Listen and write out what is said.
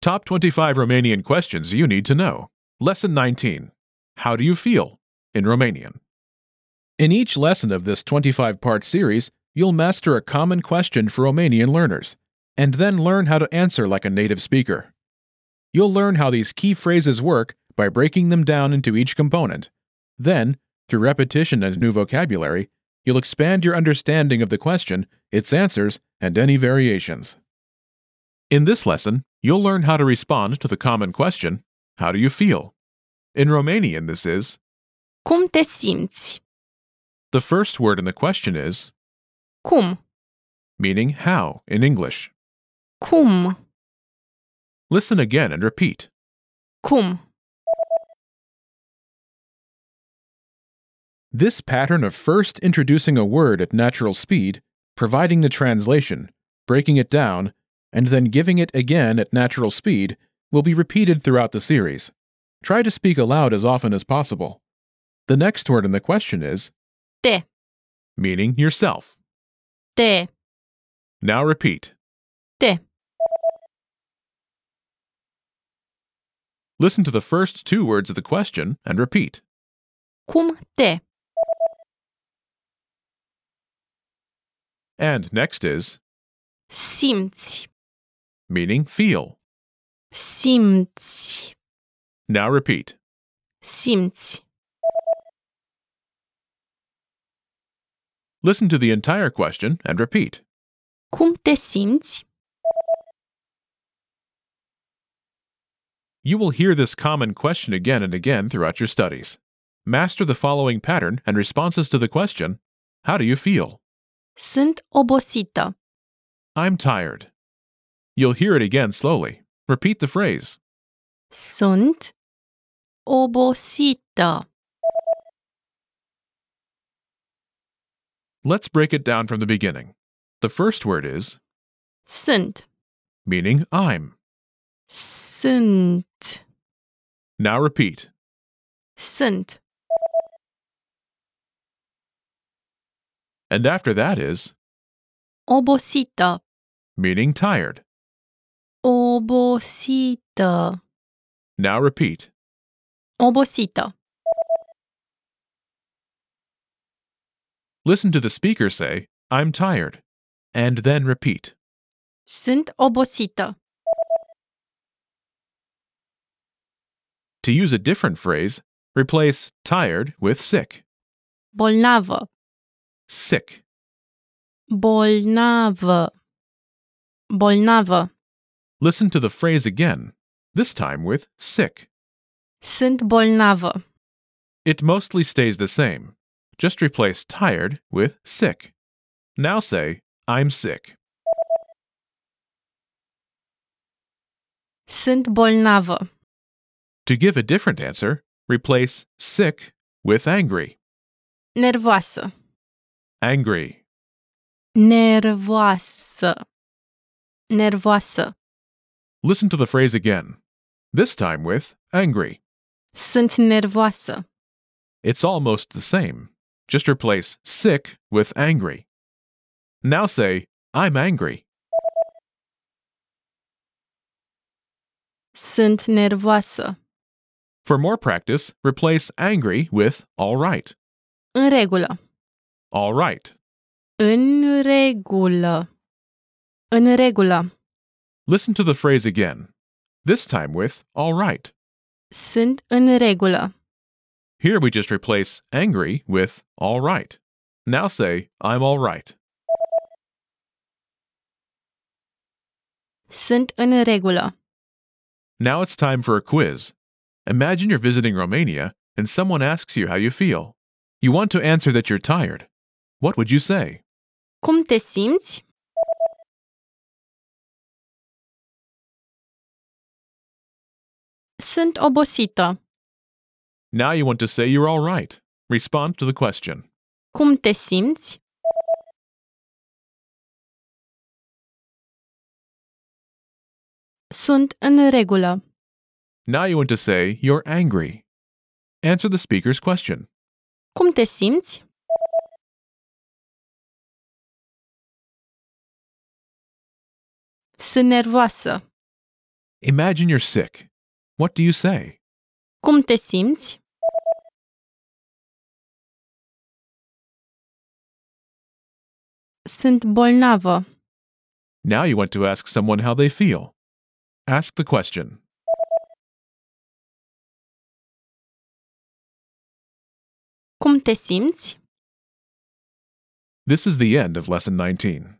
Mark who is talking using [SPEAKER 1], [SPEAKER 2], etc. [SPEAKER 1] Top 25 Romanian questions you need to know. Lesson 19 How do you feel in Romanian? In each lesson of this 25 part series, you'll master a common question for Romanian learners, and then learn how to answer like a native speaker. You'll learn how these key phrases work by breaking them down into each component. Then, through repetition and new vocabulary, you'll expand your understanding of the question, its answers, and any variations. In this lesson, you'll learn how to respond to the common question, How do you feel? In Romanian, this is
[SPEAKER 2] Cum te simți?
[SPEAKER 1] the first word in the question is,
[SPEAKER 2] Cum?
[SPEAKER 1] meaning how in English.
[SPEAKER 2] Cum?
[SPEAKER 1] Listen again and repeat.
[SPEAKER 2] Cum?
[SPEAKER 1] This pattern of first introducing a word at natural speed, providing the translation, breaking it down, and then giving it again at natural speed will be repeated throughout the series. Try to speak aloud as often as possible. The next word in the question is
[SPEAKER 2] Te.
[SPEAKER 1] meaning yourself.
[SPEAKER 2] Te?
[SPEAKER 1] Now repeat.
[SPEAKER 2] Te.
[SPEAKER 1] Listen to the first two words of the question and repeat.
[SPEAKER 2] Cum te?
[SPEAKER 1] And next is
[SPEAKER 2] Simți?
[SPEAKER 1] meaning feel.
[SPEAKER 2] Simți?
[SPEAKER 1] Now repeat.
[SPEAKER 2] Simți?
[SPEAKER 1] Listen to the entire question and repeat.
[SPEAKER 2] Cum te simți?
[SPEAKER 1] You will hear this common question again and again throughout your studies. Master the following pattern and responses to the question How do you feel?
[SPEAKER 2] Sunt obosită.
[SPEAKER 1] I'm tired. You'll hear it again slowly. Repeat the phrase.
[SPEAKER 2] Sunt obosită.
[SPEAKER 1] Let's break it down from the beginning. The first word is,
[SPEAKER 2] Sunt.
[SPEAKER 1] meaning I'm.
[SPEAKER 2] Sunt.
[SPEAKER 1] Now repeat.
[SPEAKER 2] Sunt.
[SPEAKER 1] And after that is,
[SPEAKER 2] Obosită.
[SPEAKER 1] meaning tired.
[SPEAKER 2] Obosită.
[SPEAKER 1] Now repeat.
[SPEAKER 2] Obosită.
[SPEAKER 1] Listen to the speaker say, I'm tired. And then repeat.
[SPEAKER 2] Sunt obosită.
[SPEAKER 1] To use a different phrase, replace tired with sick.
[SPEAKER 2] Bolnavă.
[SPEAKER 1] Sick.
[SPEAKER 2] Bolnavă. Bolnavă.
[SPEAKER 1] Listen to the phrase again, this time with sick.
[SPEAKER 2] Sunt bolnavă.
[SPEAKER 1] It mostly stays the same. Just replace tired with sick. Now say, I'm sick.
[SPEAKER 2] Sunt bolnavă.
[SPEAKER 1] To give a different answer, replace sick with angry.
[SPEAKER 2] Nervoasă.
[SPEAKER 1] Angry.
[SPEAKER 2] Nervoasă. Nervoasă.
[SPEAKER 1] Listen to the phrase again, this time with angry.
[SPEAKER 2] Sunt nervoasă.
[SPEAKER 1] It's almost the same. Just replace sick with angry. Now say, I'm angry.
[SPEAKER 2] Sunt nervoasă.
[SPEAKER 1] For more practice, replace angry with all right.
[SPEAKER 2] În regulă.
[SPEAKER 1] All right.
[SPEAKER 2] În regulă. În regulă.
[SPEAKER 1] Listen to the phrase again, this time with all right.
[SPEAKER 2] Sunt în regulă.
[SPEAKER 1] Here we just replace angry with all right. Now say, I'm all right.
[SPEAKER 2] Sunt în regulă.
[SPEAKER 1] Now it's time for a quiz. Imagine you're visiting Romania and someone asks you how you feel. You want to answer that you're tired. What would you say?
[SPEAKER 2] Cum te simți? Sunt obosită.
[SPEAKER 1] Now you want to say you're all right. Respond to the question.
[SPEAKER 2] Cum te simți? Sunt în regulă.
[SPEAKER 1] Now you want to say you're angry. Answer the speaker's question.
[SPEAKER 2] Cum te simți? Sunt nervoasă.
[SPEAKER 1] Imagine you're sick. What do you say?
[SPEAKER 2] Cum te simți? Sunt bolnavă.
[SPEAKER 1] Now you want to ask someone how they feel. Ask the question.
[SPEAKER 2] Cum te simți?
[SPEAKER 1] This is the end of Lesson 19.